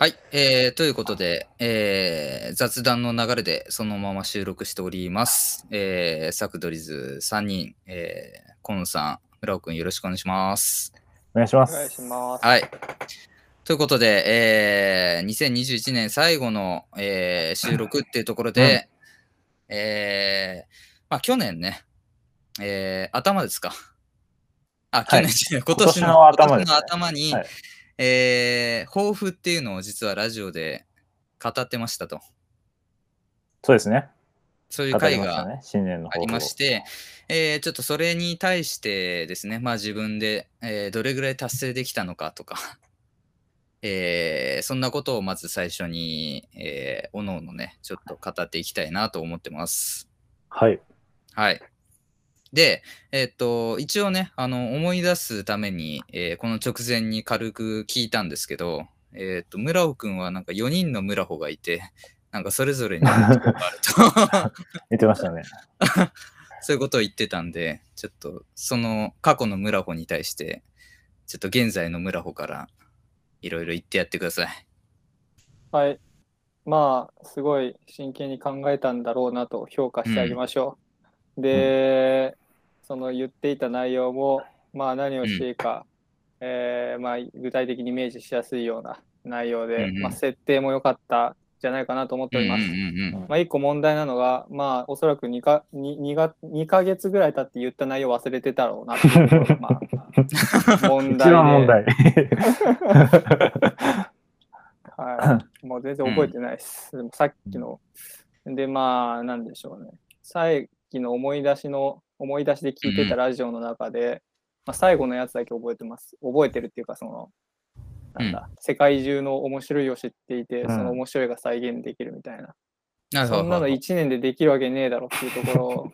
はい、えー、ということで、えー、雑談の流れでそのまま収録しております。えー、サクドリズ3人、えー、コンさん、村尾くんよろしくお願いします。お願いしまお願いす。します。はい。ということで、えー、2021年最後の、えー、収録っていうところで、えー、まあ去年ね、えー、頭ですか。あ、去はい年じゃない、今年の今年の頭ですね今年の頭に、はいえー、抱負っていうのを実はラジオで語ってましたと。そうですね。そういう語り会ましたがね。新年のありまして、えーちょっとそれに対してですね、まあ自分で、えーどれぐらい達成できたのかと か、えーそんなことをまず最初に、えー、おのおのね、ちょっと語っていきたいなと思ってます。 はい。はい。で、えっと、一応ね、あの、思い出すために、えーこの直前に軽く聞いたんですけど、えっと、村尾くんはなんか4人の村穂がいて、なんかそれぞれにあ ると。言ってましたね。そういうことを言ってたんで、ちょっとその過去の村穂に対して、ちょっと現在の村穂からいろいろ言ってやってください。はい。まあ、すごい真剣に考えたんだろうなと評価してあげましょう。で、その言っていた内容も、まあ何をしていいか、えーまあ具体的にイメージしやすいような内容で、うんうんまあ設定も良かったんじゃないかなと思っております。うんうんうんまあ一個問題なのが、まあおそらく2か 2, 2, が2ヶ月ぐらい経って言った内容忘れてたろうなっていうところがま あ問 題一で番問題。はい。もう全然覚えてないです。でもさっきの。で、まあ、なんでしょうね。さっきの思い出しの、思い出しで聞いてたラジオの中で、まあ、最後のやつだけ覚えてます。覚えてるっていうか、その、なんだ、世界中の面白いを知っていて、うんその面白いが再現できるみたいな。なるほそど。んなの1年でできるわけねえだろっていうところ を、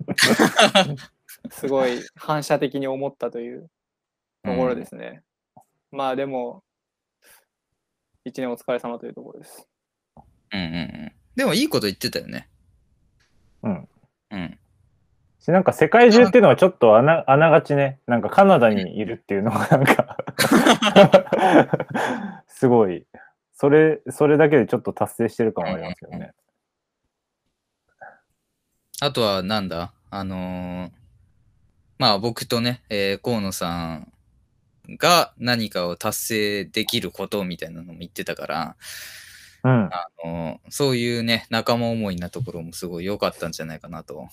すごい反射的に思ったというところですね。まあ、でも、1年お疲れ様というところです。うんうんうん。でもいいこと言ってたよね。うん。うん。 しなんか世界中っていうのはちょっとあなあながちね、なんかカナダにいるっていうのがなんか すごい。それ、それだけでちょっと達成してる感はありますけどね。あとはなんだあのーまあ僕とね、えー河野さんが何かを達成できることみたいなのも言ってたから、うん。あのーそういうね、仲間思いなところもすごい良かったんじゃないかなと。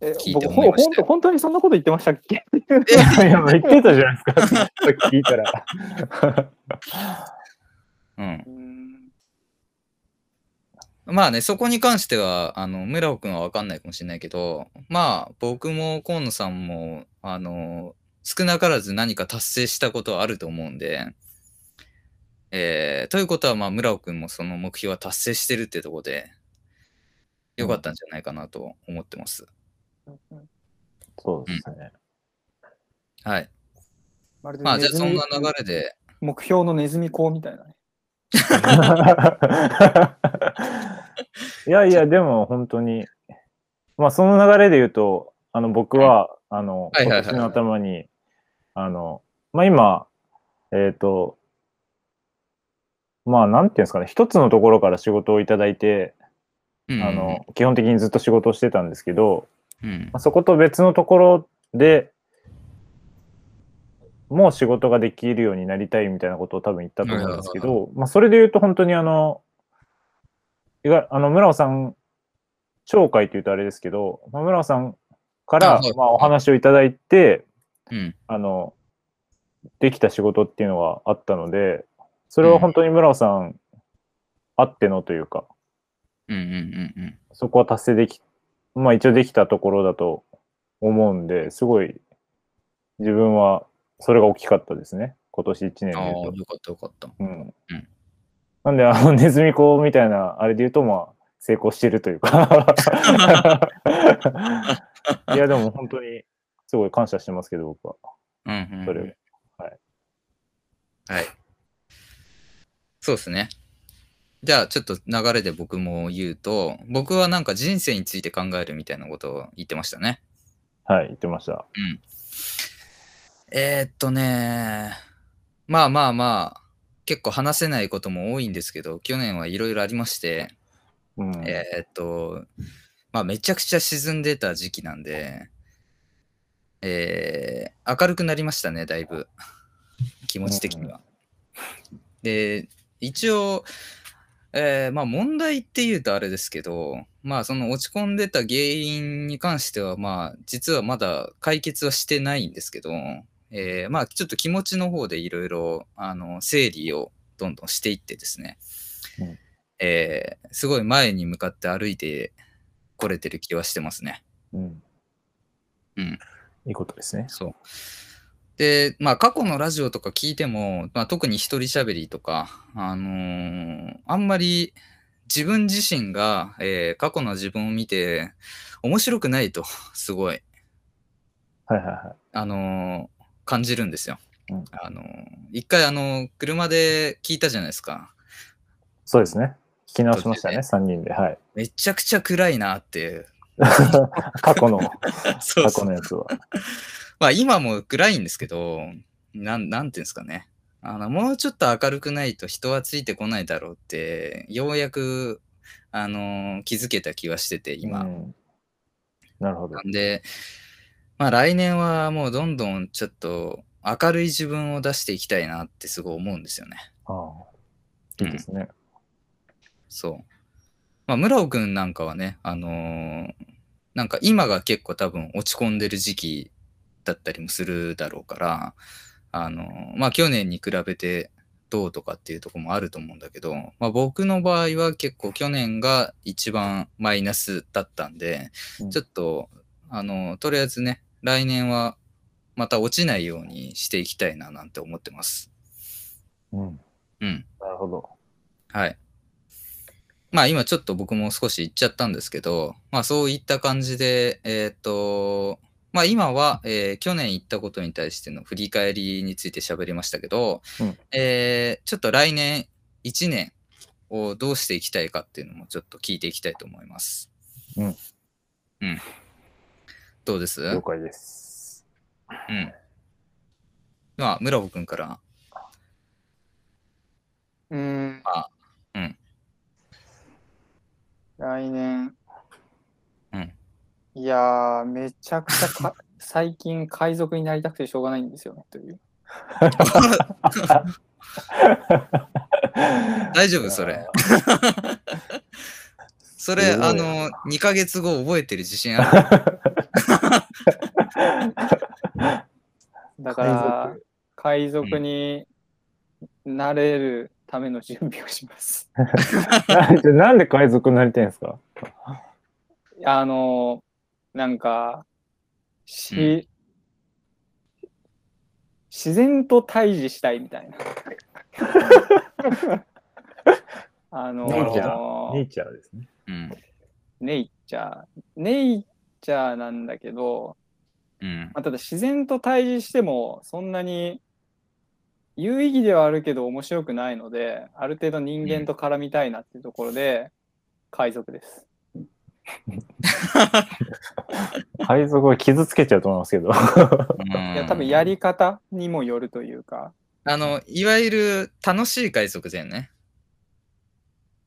え聞いて僕思いほんましたよ本当本当にそんなこと言ってましたっけいや言ってたじゃない ですか。さっき聞いたら。うん。うんまあね、そこに関しては、あの、村尾くんはわかんないかもしれないけど、まあ、僕も河野さんも、あの、少なからず何か達成したことはあると思うんで、えー、ということは、まあ、村尾くんもその目標は達成してるってとこで、よかったんじゃないかなと思ってます。そうですね。はい。まるでまあ、じゃあそんなネズミ流れで、目標のネズミ講みたいなね。いやいや、でも本当に、まあその流れで言うと、あの僕は、あの、はいはいはい今年の頭に、あの、まあ今、えっ、と、まあなんていうんですかね、一つのところから仕事をいただいて、うんあの、基本的にずっと仕事をしてたんですけど、うんまあ、そこと別のところでもう仕事ができるようになりたいみたいなことを多分言ったと思うんですけなど、まあ、それで言うと本当にあのいわあの村尾さん紹介というとあれですけど、まあ、村尾さんあからそうまあお話をいただいてうん。あのできた仕事っていうのがあったのでそれは本当に村尾さんあってのというか、うんうんうんうん。そこは達成でき、まあ一応できたところだと思うんで、すごい自分はそれが大きかったですね。今年1年でああ言うとー、。よかったよかった。うんうんなんで、あの、 ネズミ子みたいな、あれで言うと、まあ、成功してるとい うか。いや、でも本当に、すごい感謝してますけど、僕は。うんうんうんそれはい。はい。そうですね。じゃあ、ちょっと流れで僕も言うと、僕はなんか人生について考えるみたいなことを言ってましたね。はい、言ってました。うん。えー、っとね、まあまあまあ、結構話せないことも多いんですけど、去年はいろいろありまして、うん。えーっと、まあ、めちゃくちゃ沈んでた時期なんで、えー明るくなりましたね、だいぶ。気持ち的には。で、一応、えーまあ、問題っていうとあれですけど、まあ、その落ち込んでた原因に関しては、まあ、実はまだ解決はしてないんですけど、えーまあ、ちょっと気持ちの方でいろいろ、あの、整理をどんどんしていってですね、うんえーすごい前に向かって歩いてこれてる気はしてますね。うん。うんいいことですね。そう。で、まあ、過去のラジオとか聞いても、まあ、特に一人喋りとか、あのーあんまり自分自身が、えー過去の自分を見て、面白くないと、 すごい、はいはいはあのー感じるんですよ。うんあのー一回、あのー車で聞いたじゃないですか。い。そうですね。聞き直しましたね、途3人で。はい。めちゃくちゃ暗いなって。 過去の、 そうそ過う去のやつは。まあ今も暗いんですけど、なん、なんていうんですかね。あの、もうちょっと明るくないと人はついてこないだろうって、ようやく、あのー気づけた気はしてて、今。うんなるほどな。んで、まあ来年はもうどんどんちょっと明るい自分を出していきたいなってすごい思うんですよね。ああ。いいですね。そう。まあ、村尾くんなんかはね、あのーなんか今が結構多分落ち込んでる時期だったりもするだろうから、あのーまあ、去年に比べてどうとかっていうところもあると思うんだけど、まあ、僕の場合は結構去年が一番マイナスだったんで、うんちょっと、あのーとりあえずね、来年はまた落ちないようにしていきたいななんて思ってます。うん。うん。なるほど。はい。まあ今ちょっと僕も少し言っちゃったんですけど、まあそういった感じで、えっ、と、まあ今は、えー去年行ったことに対しての振り返りについて喋りましたけど、うんえーちょっと来年1年をどうしていきたいかっていうのもちょっと聞いていきたいと思います。うん。うん。どうです了解です。 うん。まあ村尾くん から、うん。あうん。来年。うん。いやー、めちゃくちゃ か最近海賊になりたくてしょうがないんですよね、という。大丈夫そ れ。それ、うんあの、2ヶ月後覚えてる自信ある。だから、海賊になれるための準備をします。なんでなんで海賊になりたいんですかあの、なんか、し、う自然と対峙したいみ たいな。あのなるほネイチャーですね。 うん。ネイチャー。ネイチャーなんだけど、うん。まあ、ただ自然と対峙してもそんなに有意義ではあるけど面白くないのである程度人間と絡みたいなっていうところで海賊です。海賊は傷つけちゃうと思いますけど。いや多分やり方にもよるというかあの、いわゆる楽しい海賊だよね。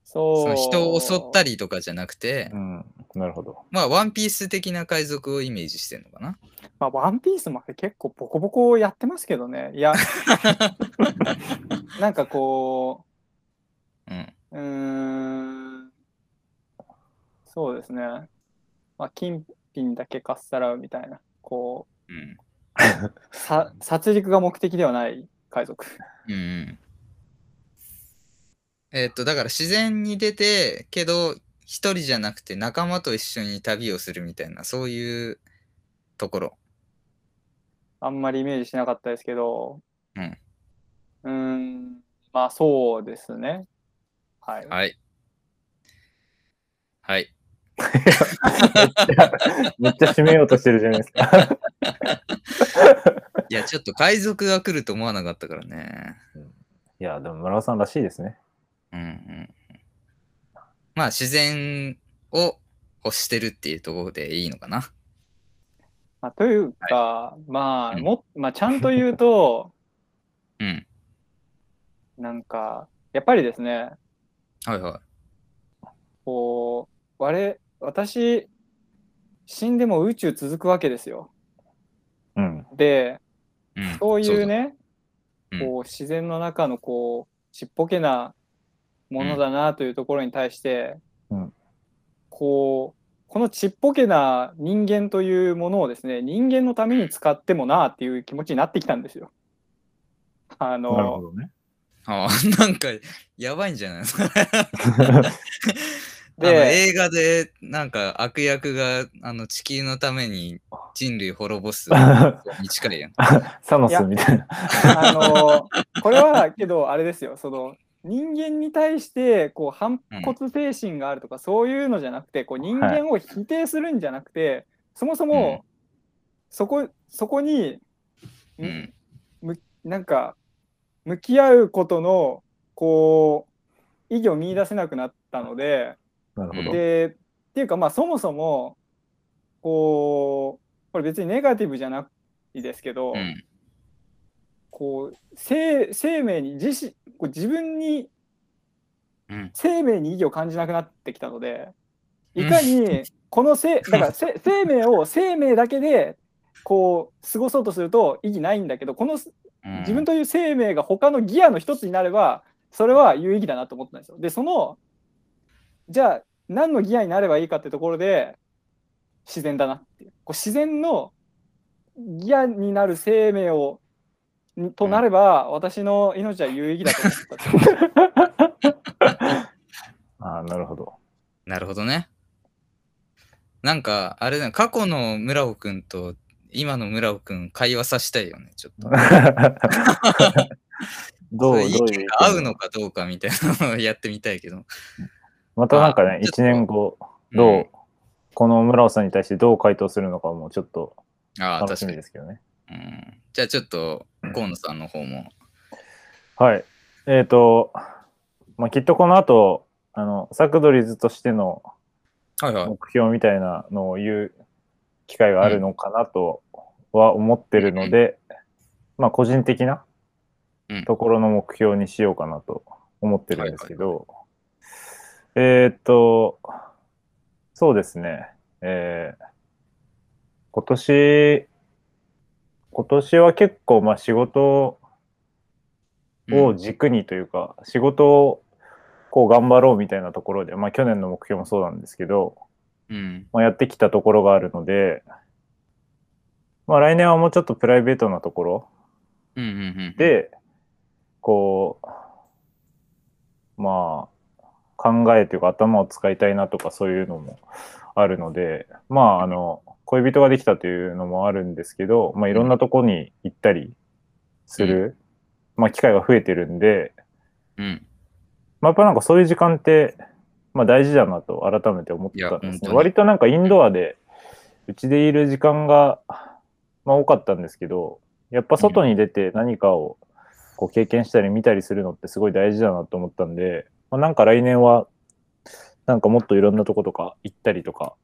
そそうの人を襲ったりりとかじゃなくてう、ん。なるほど。 まあ、ワンピース的な海賊をイメージしてるのかな。まあワンピースまで結構ボコボコやってますけどね いやなんかこうん。ううーんそうですねまあ金品だけかっさらうみたいなこううん。さ殺戮が目的ではない海賊。う んうん。えっと、だから自然に出て、けど、一人じゃなくて仲間と一緒に旅をするみたいな、そういうところ。あんまりイメージしなかったですけど、うん。うーん、まあそうですね。はい。はい。はい。めっちゃ締めようとしてるじゃないですか。いや、ちょっと海賊が来ると思わなかったからね。いや、でも村尾さんらしいですね。うんうん。まあ、自然を欲してるっていうところでいいのかな。まあ、というか、まあ、うんもまあ、ちゃんと言うと、うん。 なんか、やっぱりですね、はいはこう、我、私、死んでも宇宙続くわけですよ。うん。で、い。んそういう。ね、うんこう自然の中のこうちっぽけなものだなというところに対して、うんこうこのちっぽけな人間というものをですね人間のために使ってもなあっていう気持ちになってきたんですよ。なあるほのどね。そうだあー なんか、やばいんじゃないです か。あので映画でなんか悪役があの地球のために人類滅 ぼすに近いやん。 サノスみたいな。あのこれはけどあれですよその人間に対してこう反骨精神があるとか、そういうのじゃなくてこう人間を否定するんじゃなくて、そもそもそこそこにうん、なんか向き合うことのこう意義を見出せなくなったのでなるほど。でっていうかまあそもそもこうこれ別にネガティブじゃないですけど、うん、こう生生命に自身こう自分にうん、生命に意義を感じなくなってきたのでいかにこ のせだからせ生命を生命だけでこう過ごそうとすると意義ないんだけどこのうん。自分という生命が他のギアの一つになればそれは有意義だなと思ったんですよ。でそのじゃあ何のギアになればいいかってところで自然だなっていうこう自然のギアになる生命をんとなれば、私の命は有意義だと思ったっていうああ、なるほど。なるほどね。なんか、あれだね、過去の村尾くんと今の村尾くん会話させたいよね、ちょっと。そどう、どうれいう意意見見が合うのかどうかみたいなのをやってみたいけど。またなんかね、あちょっと1年後、どう、うんこの村尾さんに対してどう回答するのかもちょっとああ、楽確しかみにで。すけどね。うん、じゃあちょっと、河野さんの方も。はい。えっ、と、まあ、きっとこの後、あの、サクドリズとしてのはいはい。目標みたいなのを言う機会があるのかなとは思ってるので、まあ、個人的なうんところの目標にしようかなと思ってるんですけど、えーっと、そうですね、えー今年、今年は結構、まあ、仕事うんを軸にというか、仕事をこう頑張ろうみたいなところで、まあ、去年の目標もそうなんですけど、うん。まあ、やってきたところがあるので、まあ、来年はもうちょっとプライベートなところうんうんうん。、で、こうまあ考えというか頭を使いたいなとかそういうのもあるのでまああの恋人ができたというのもあるんですけど、まあ、いろんなとこに行ったりする、まあ、機会が増えてるんで、うん。まあ、やっぱなんかそういう時間って、まあ、大事だなと改めて思ったんいやで本す当ね。に割となんかインドアでうちでいる時間が、まあ、多かったんですけどやっぱ外に出て何かをこう経験したり見たりするのってすごい大事だなと思ったんで、まあ、なんか来年はなんかもっといろんなとことか行ったりとか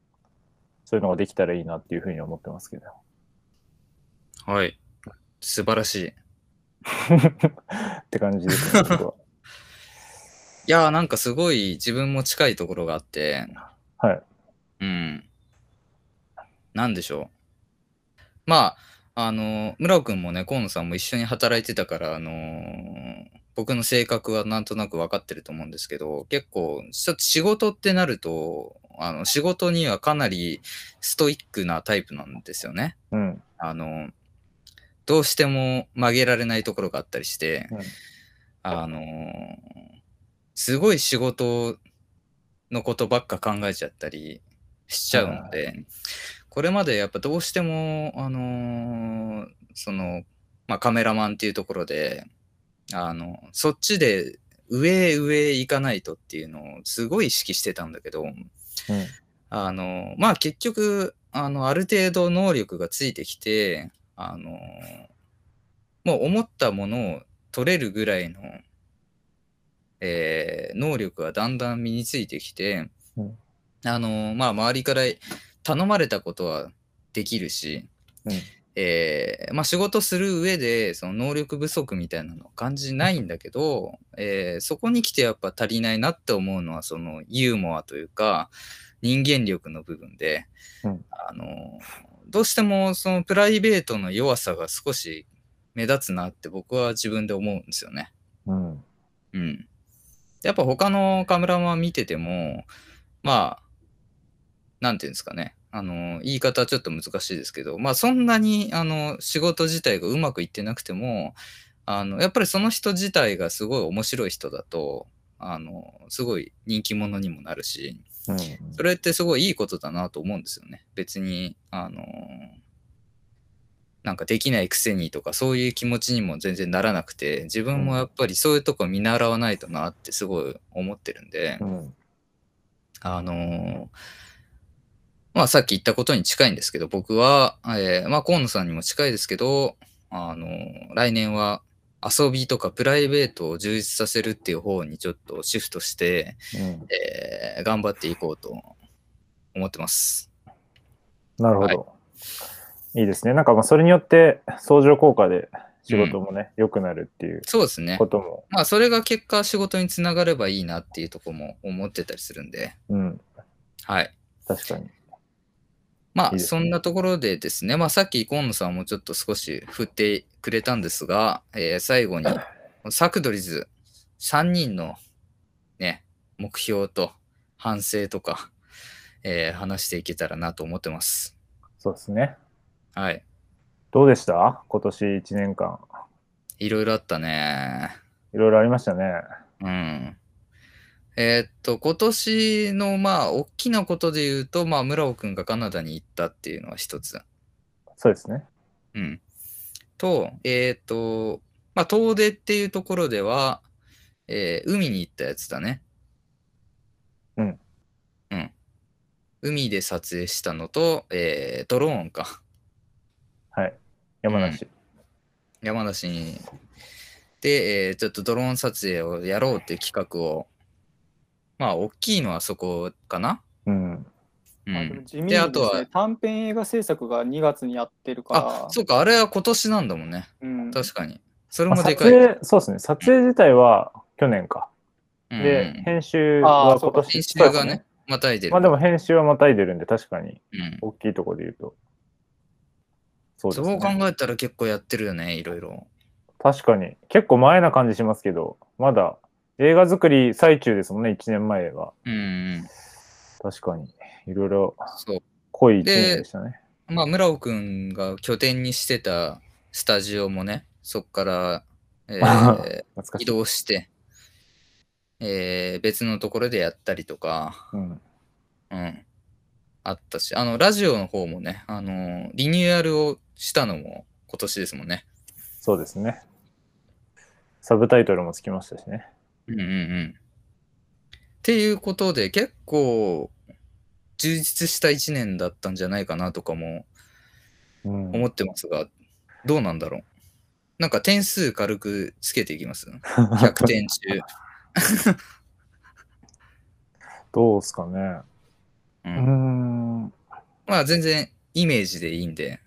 そういうのができたらいいなっていうふうに思ってますけど はい。素晴らしい。って感じですね僕は。いやーなんかすごい自分も近いところがあって、はい。うん。なんでしょう。まあ、あの、村尾くんもね、河野さんも一緒に働いてたから、あのー僕の性格はなんとなく分かってると思うんですけど、結構、ちょっと仕事ってなると、あの仕事にはかなりストイックなタイプなんですよね。うん、あの、どうしても曲げられないところがあったりして、うんあのーすごい仕事のことばっか考えちゃったりしちゃうので、これまでやっぱどうしても、あのーその、まあ、カメラマンっていうところで、あの、そっちで上へ上へ行かないとっていうのをすごい意識してたんだけど、うんあの、まあ結局、あの、ある程度能力がついてきて、あの、もう思ったものを取れるぐらいの、えー能力がだんだん身についてきて、うんあの、まあ周りから頼まれたことはできるし、うんえーまあ、仕事する上でその能力不足みたいなのは感じないんだけど、えーそこに来てやっぱ足りないなって思うのはそのユーモアというか人間力の部分で、うんあのどうしてもそのプライベートの弱さが少し目立つなって僕は自分で思うんですよね。うん。うん。やっぱ他のカメラマン見てても、まあ、なんていうんですかね。あの、言い方はちょっと難しいですけど、まあそんなに、あの、仕事自体がうまくいってなくても、あの、やっぱりその人自体がすごい面白い人だと、あの、すごい人気者にもなるし、うん。それってすごいいいことだなと思うんですよね。別に、あの、なんかできないくせにとかそういう気持ちにも全然ならなくて、自分もやっぱりそういうとこ見習わないとなってすごい思ってるんでう、ん。あの、まあさっき言ったことに近いんですけど、僕は、えーまあ河野さんにも近いですけど、あの、来年は遊びとかプライベートを充実させるっていう方にちょっとシフトして、うん。えー頑張っていこうと思ってます。なるほど。い、いですね。なんかまあそれによって相乗効果で仕事もね、良、くなるっていうそうですねこ。とも、まあそれが結果仕事につながればいいなっていうところも思ってたりするんで、うん、はい。確かに。まいいあですねそんなところでですね、まあさっき河野さんもちょっと少し振ってくれたんですが、えー最後にサクドリズ3人のね、目標と反省とか、えー話していけたらなと思ってます。そうですね。はい。どうでした今年1年間。いろいろあったね。いろいろありましたね。うん。えーっと、今年の、まあ、大きなことで言うと、まあ、村尾くんがカナダに行ったっていうのは一つ。そうですね。うん。と、えーっと、まあ、遠出っていうところでは、えー海に行ったやつだね。うん。うん。海で撮影したのと、えードローンか。はい。山梨。山梨に。で、えーちょっとドローン撮影をやろうっていう企画を、まあ、大きいのはそこかな。うん。うまあでもん、地味にでであとすはね、短編映画制作が2月にやってるから、あそうかあれは今年なんだもんねうん、確かにそれまもあで撮かい、影、そうですね。撮影自体は去年か。うんで、うん編集あはー今そうか年。編集そうでがすね。またいでる、まあでも編集はまたいでるんで、確かにうん大きいところで言うと。そうでそすうね。考えたら結構やってるよねいろいろ確かに。結構前な感じしますけど、まだ映画作り最中ですもんね、1年前は。うんうん確かに。いろいろそ濃い1年でしたね。うまあ村尾くんが拠点にしてたスタジオもねそっから、えー 懐か移しい。動して、えー別のところでやったりとかうん。うんあったしあのラジオの方もねあのリニューアルをしたのも今年ですもんねそうですね。サブタイトルもつきましたしね。うんうんうん。っていうことで、結構、充実した一年だったんじゃないかなとかもうん、思ってますが、どうなんだろう。なんか点数軽くつけていきます。100点 中。どうですかね。ううんーん。まあ全然イメージでいいんで。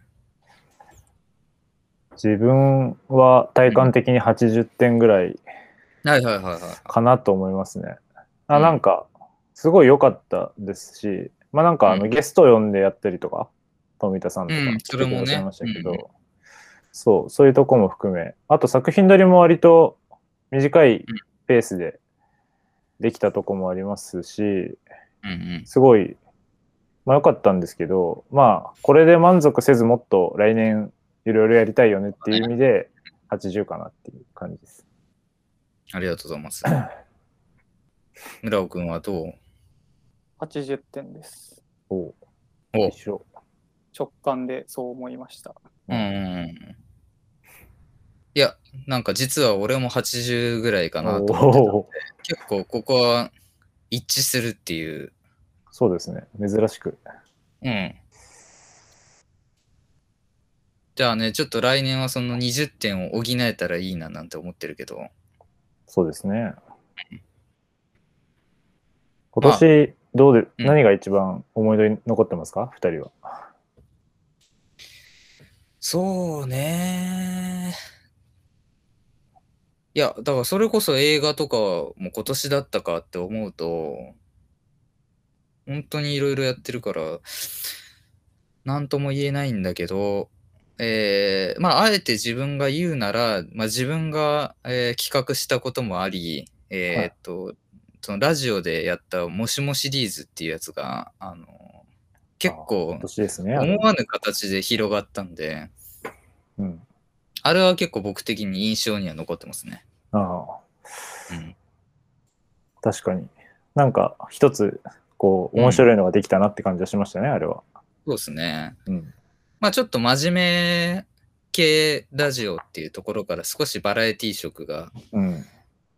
自分は体感的に80点ぐらいはいはいはいはかなと思いますね。うあんなんか、すごい良かったですし、まあなんかあうのんゲスト呼んでやったりとか、富田さんとかうんそれもね来てくださいましたけど、うんうんそう、そういうとこも含め、あと作品撮りも割と短いペースでできたとこもありますし、い。うんうん。すごい、まあ良かったんですけど、まあこれで満足せずもっと来年いろいろやりたいよねっていう意味で、80かなっていう感じです。ありがとうござい ます。村尾くんはどう80点です。おうお一緒。直感でそう思いました。うんうんうん。いや、なんか実は俺も80ぐらいかなと思ってたおお結構ここは一致するっていう。そうですね。珍しく。うん。じゃあね、ちょっと来年はその20点を補えたらいいななんて思ってるけど。そうですね。今年、どうで、うん何が一番思い出に残ってますか二人は。そうね。いや、だからそれこそ映画とかも今年だったかって思うと、本当にいろいろやってるから、なんとも言えないんだけど、えーまあ、あえて自分が言うなら、まあ、自分が、えー企画したこともあり、はいえーっと、そのラジオでやったもしもシリーズっていうやつが、あの、結構今年ですね。あれ思わぬ形で広がったんで、うん。あれは結構僕的に印象には残ってますね。ああ、うん、確かに。なんか、一つ、こう、面白いのができたなって感じがしましたね、あれは。そうですね。うん。まあちょっと真面目系ラジオっていうところから少しバラエティ色がうん。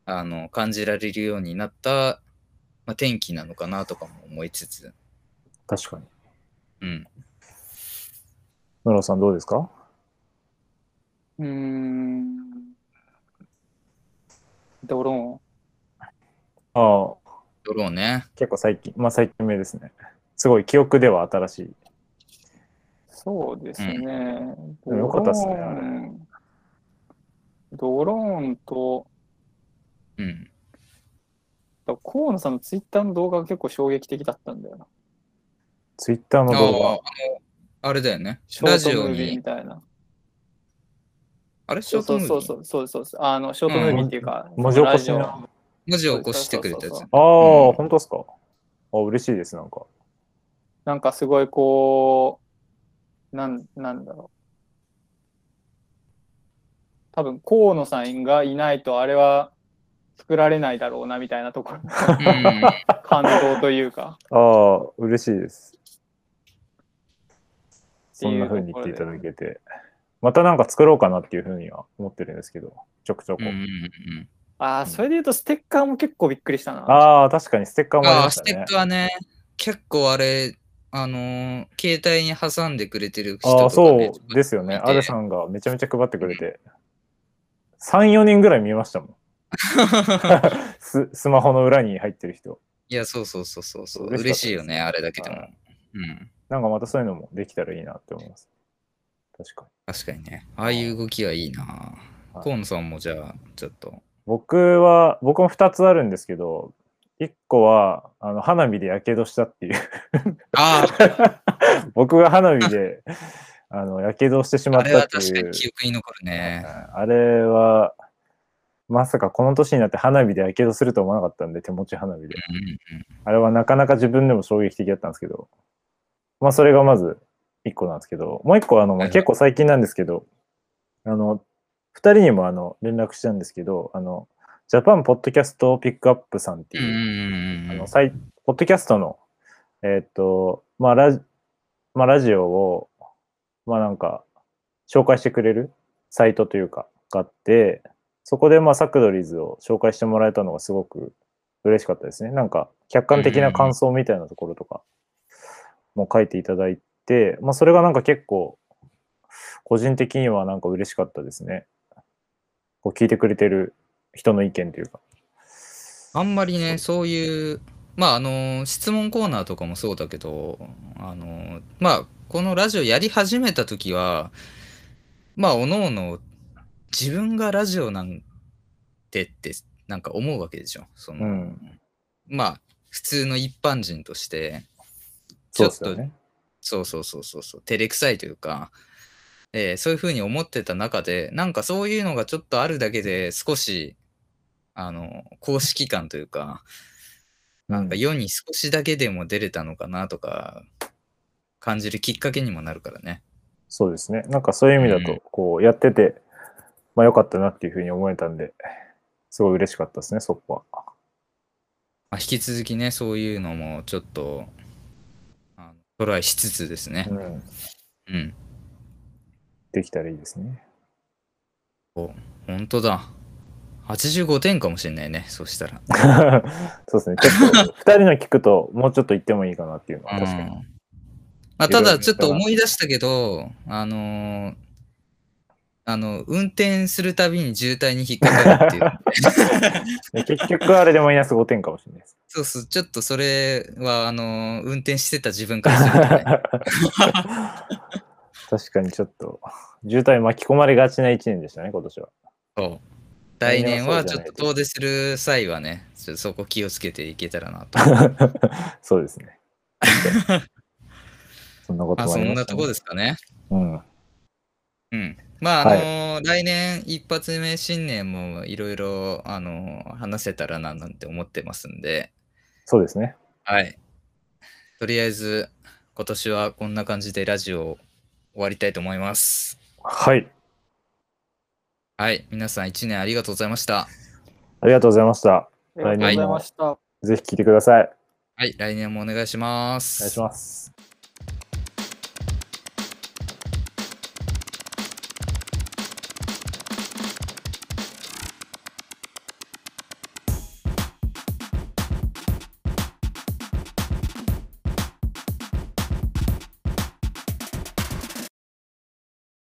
あの感じられるようになった、まあ、天気なのかなとかも思いつつ、確かに。うん、野良さんどうですかうーん。ドロああ、ドローね。結構最近、まあ最近目ですね。すごい、記憶では新しい。ーン。そうですね。うんよかったっすねドローンドローンと、うん。だから河野さんのツイッターの動画が結構衝撃的だったんだよな。ツイッターのああ動画。あのあれだよね。ショラージトオムービーにみ、たいな。あれシそョうートそうムービーそうそうそうそうそう。あの、ショートムービーっていうか、文字起こラしジのオあ文字を起こしてくれたやつ。そうそうあうんー、本当ですかあ嬉しいです、なんか。なんかすごいこう、なん、なんだろう。多分、河野さんがいないとあれは作られないだろうな、みたいなところのうん感動というか。ああ、嬉しいです。てそんいなうとこ風に言っていろでただけて。またなんか作ろうかなっていう風には思ってるんですけど、ちょくちょうく。んうんうん ああ、それで言うとステッカーも結構びっくりしたな。ああ、確かにステッカーもありあまあ、しスたテッね。カーね。結構あれ、あのー携帯に挟んでくれてる人とか、あね、あ、そうですよね。見てアルさんがめちゃめちゃ配ってくれて。3、4人ぐらい見ましたも ん。ススマホの裏に入ってる人。いや、そうそうそうそうそう。嬉しかった嬉しいよね、ですあれだけでもはい。うん。なんかまたそういうのもできたらいいなって思います。確かに。確かにね。ああいう動きはいいな。はい河野さんもじゃあ、ちょっ と。僕は、僕も2つあるんですけど、1個は、あの、花火で火傷したっていう。あ僕が花火 で、あの、やけどしてしあ、まあっれたっはていう。確かに記憶に残るね。うんあれは、まさかこの年になって花火でやけどすると思わなかったんで、手持ち花火で。うんうんあれはなかなか自分でも衝撃的だったんですけど。まあ、それがまず1個なんですけど、もう1個、あの、まあはい結構最近なんですけど、あの、2人にもあの、連絡したんですけど、あの、ジャパンポッドキャストピックアップさんってういう、んうんうんあうんのサイポッドキャストの、えーっと、まあラジ、まあ、ラジオを、まあなんか、紹介してくれるサイトというか、があって、そこで、まあ、サクドリーズを紹介してもらえたのがすごく嬉しかったですね。なんか、客観的な感想みたいなところとかも書いていただいて、まあ、それがなんか結構、個人的にはなんか嬉しかったですね。こう聞いてくれてる人の意見というか。あんまりね、そういう、まあ、あの、質問コーナーとかもそうだけど、あの、まあ、このラジオやり始めた時は、まあ、おのおの、自分がラジオなんてって、なんか思うわけでしょ。その、うんまあ、普通の一般人として、そうですよね。そうそうそうそうそう、照れくさいというか、えーそういうふうに思ってた中で、なんかそういうのがちょっとあるだけで、少し、あの、公式感というか、なんか世に少しだけでも出れたのかなとか、感じるきっかけにもなるからね。そうですね。なんかそういう意味だうと、こう、やってて、まあ良かったなっていうふうに思えたんで、すごい嬉しかったですね、そこは。まあ、引き続きね、そういうのもちょっと、あのトライしつつですねう。ん。うん。できたらいいですね。 本当だ。85点かもしれないね、そうしたら。そうですね。ちょっと、二人の聞くと、もうちょっと言ってもいいかなっていうのは確かうんに。まあ、いろたいろだちょっと思い出したけど、あのーあの、運転するたびに渋滞に引っかかるって いう。で結局、あれでマイナス5点かもしれないです。そうそう、ちょっとそれは、あのー運転してた自分からするとね。 確かにちょっと、渋滞巻き込まれがちな1年でしたね、今年は。そう。来来年年ははそうちじゃょなっいとと遠出する際はね、ちょっとそこ気をつけていけたらな と。そうで すね。そんなこまあともあそりんまなしたとねこですかね。うん。うん。まああのー来年一発目新年もいろいろあのー話せたらななんて思ってますんで、そうですね。はい。とりあえず今年はこんな感じでラジオを終わりたいと思います。はい。はい。皆さん1年ありがとうございました。ありがとうございました。ありがとうございました。ぜひ聞いてください。はい。来年もお願いしまおす。願いします。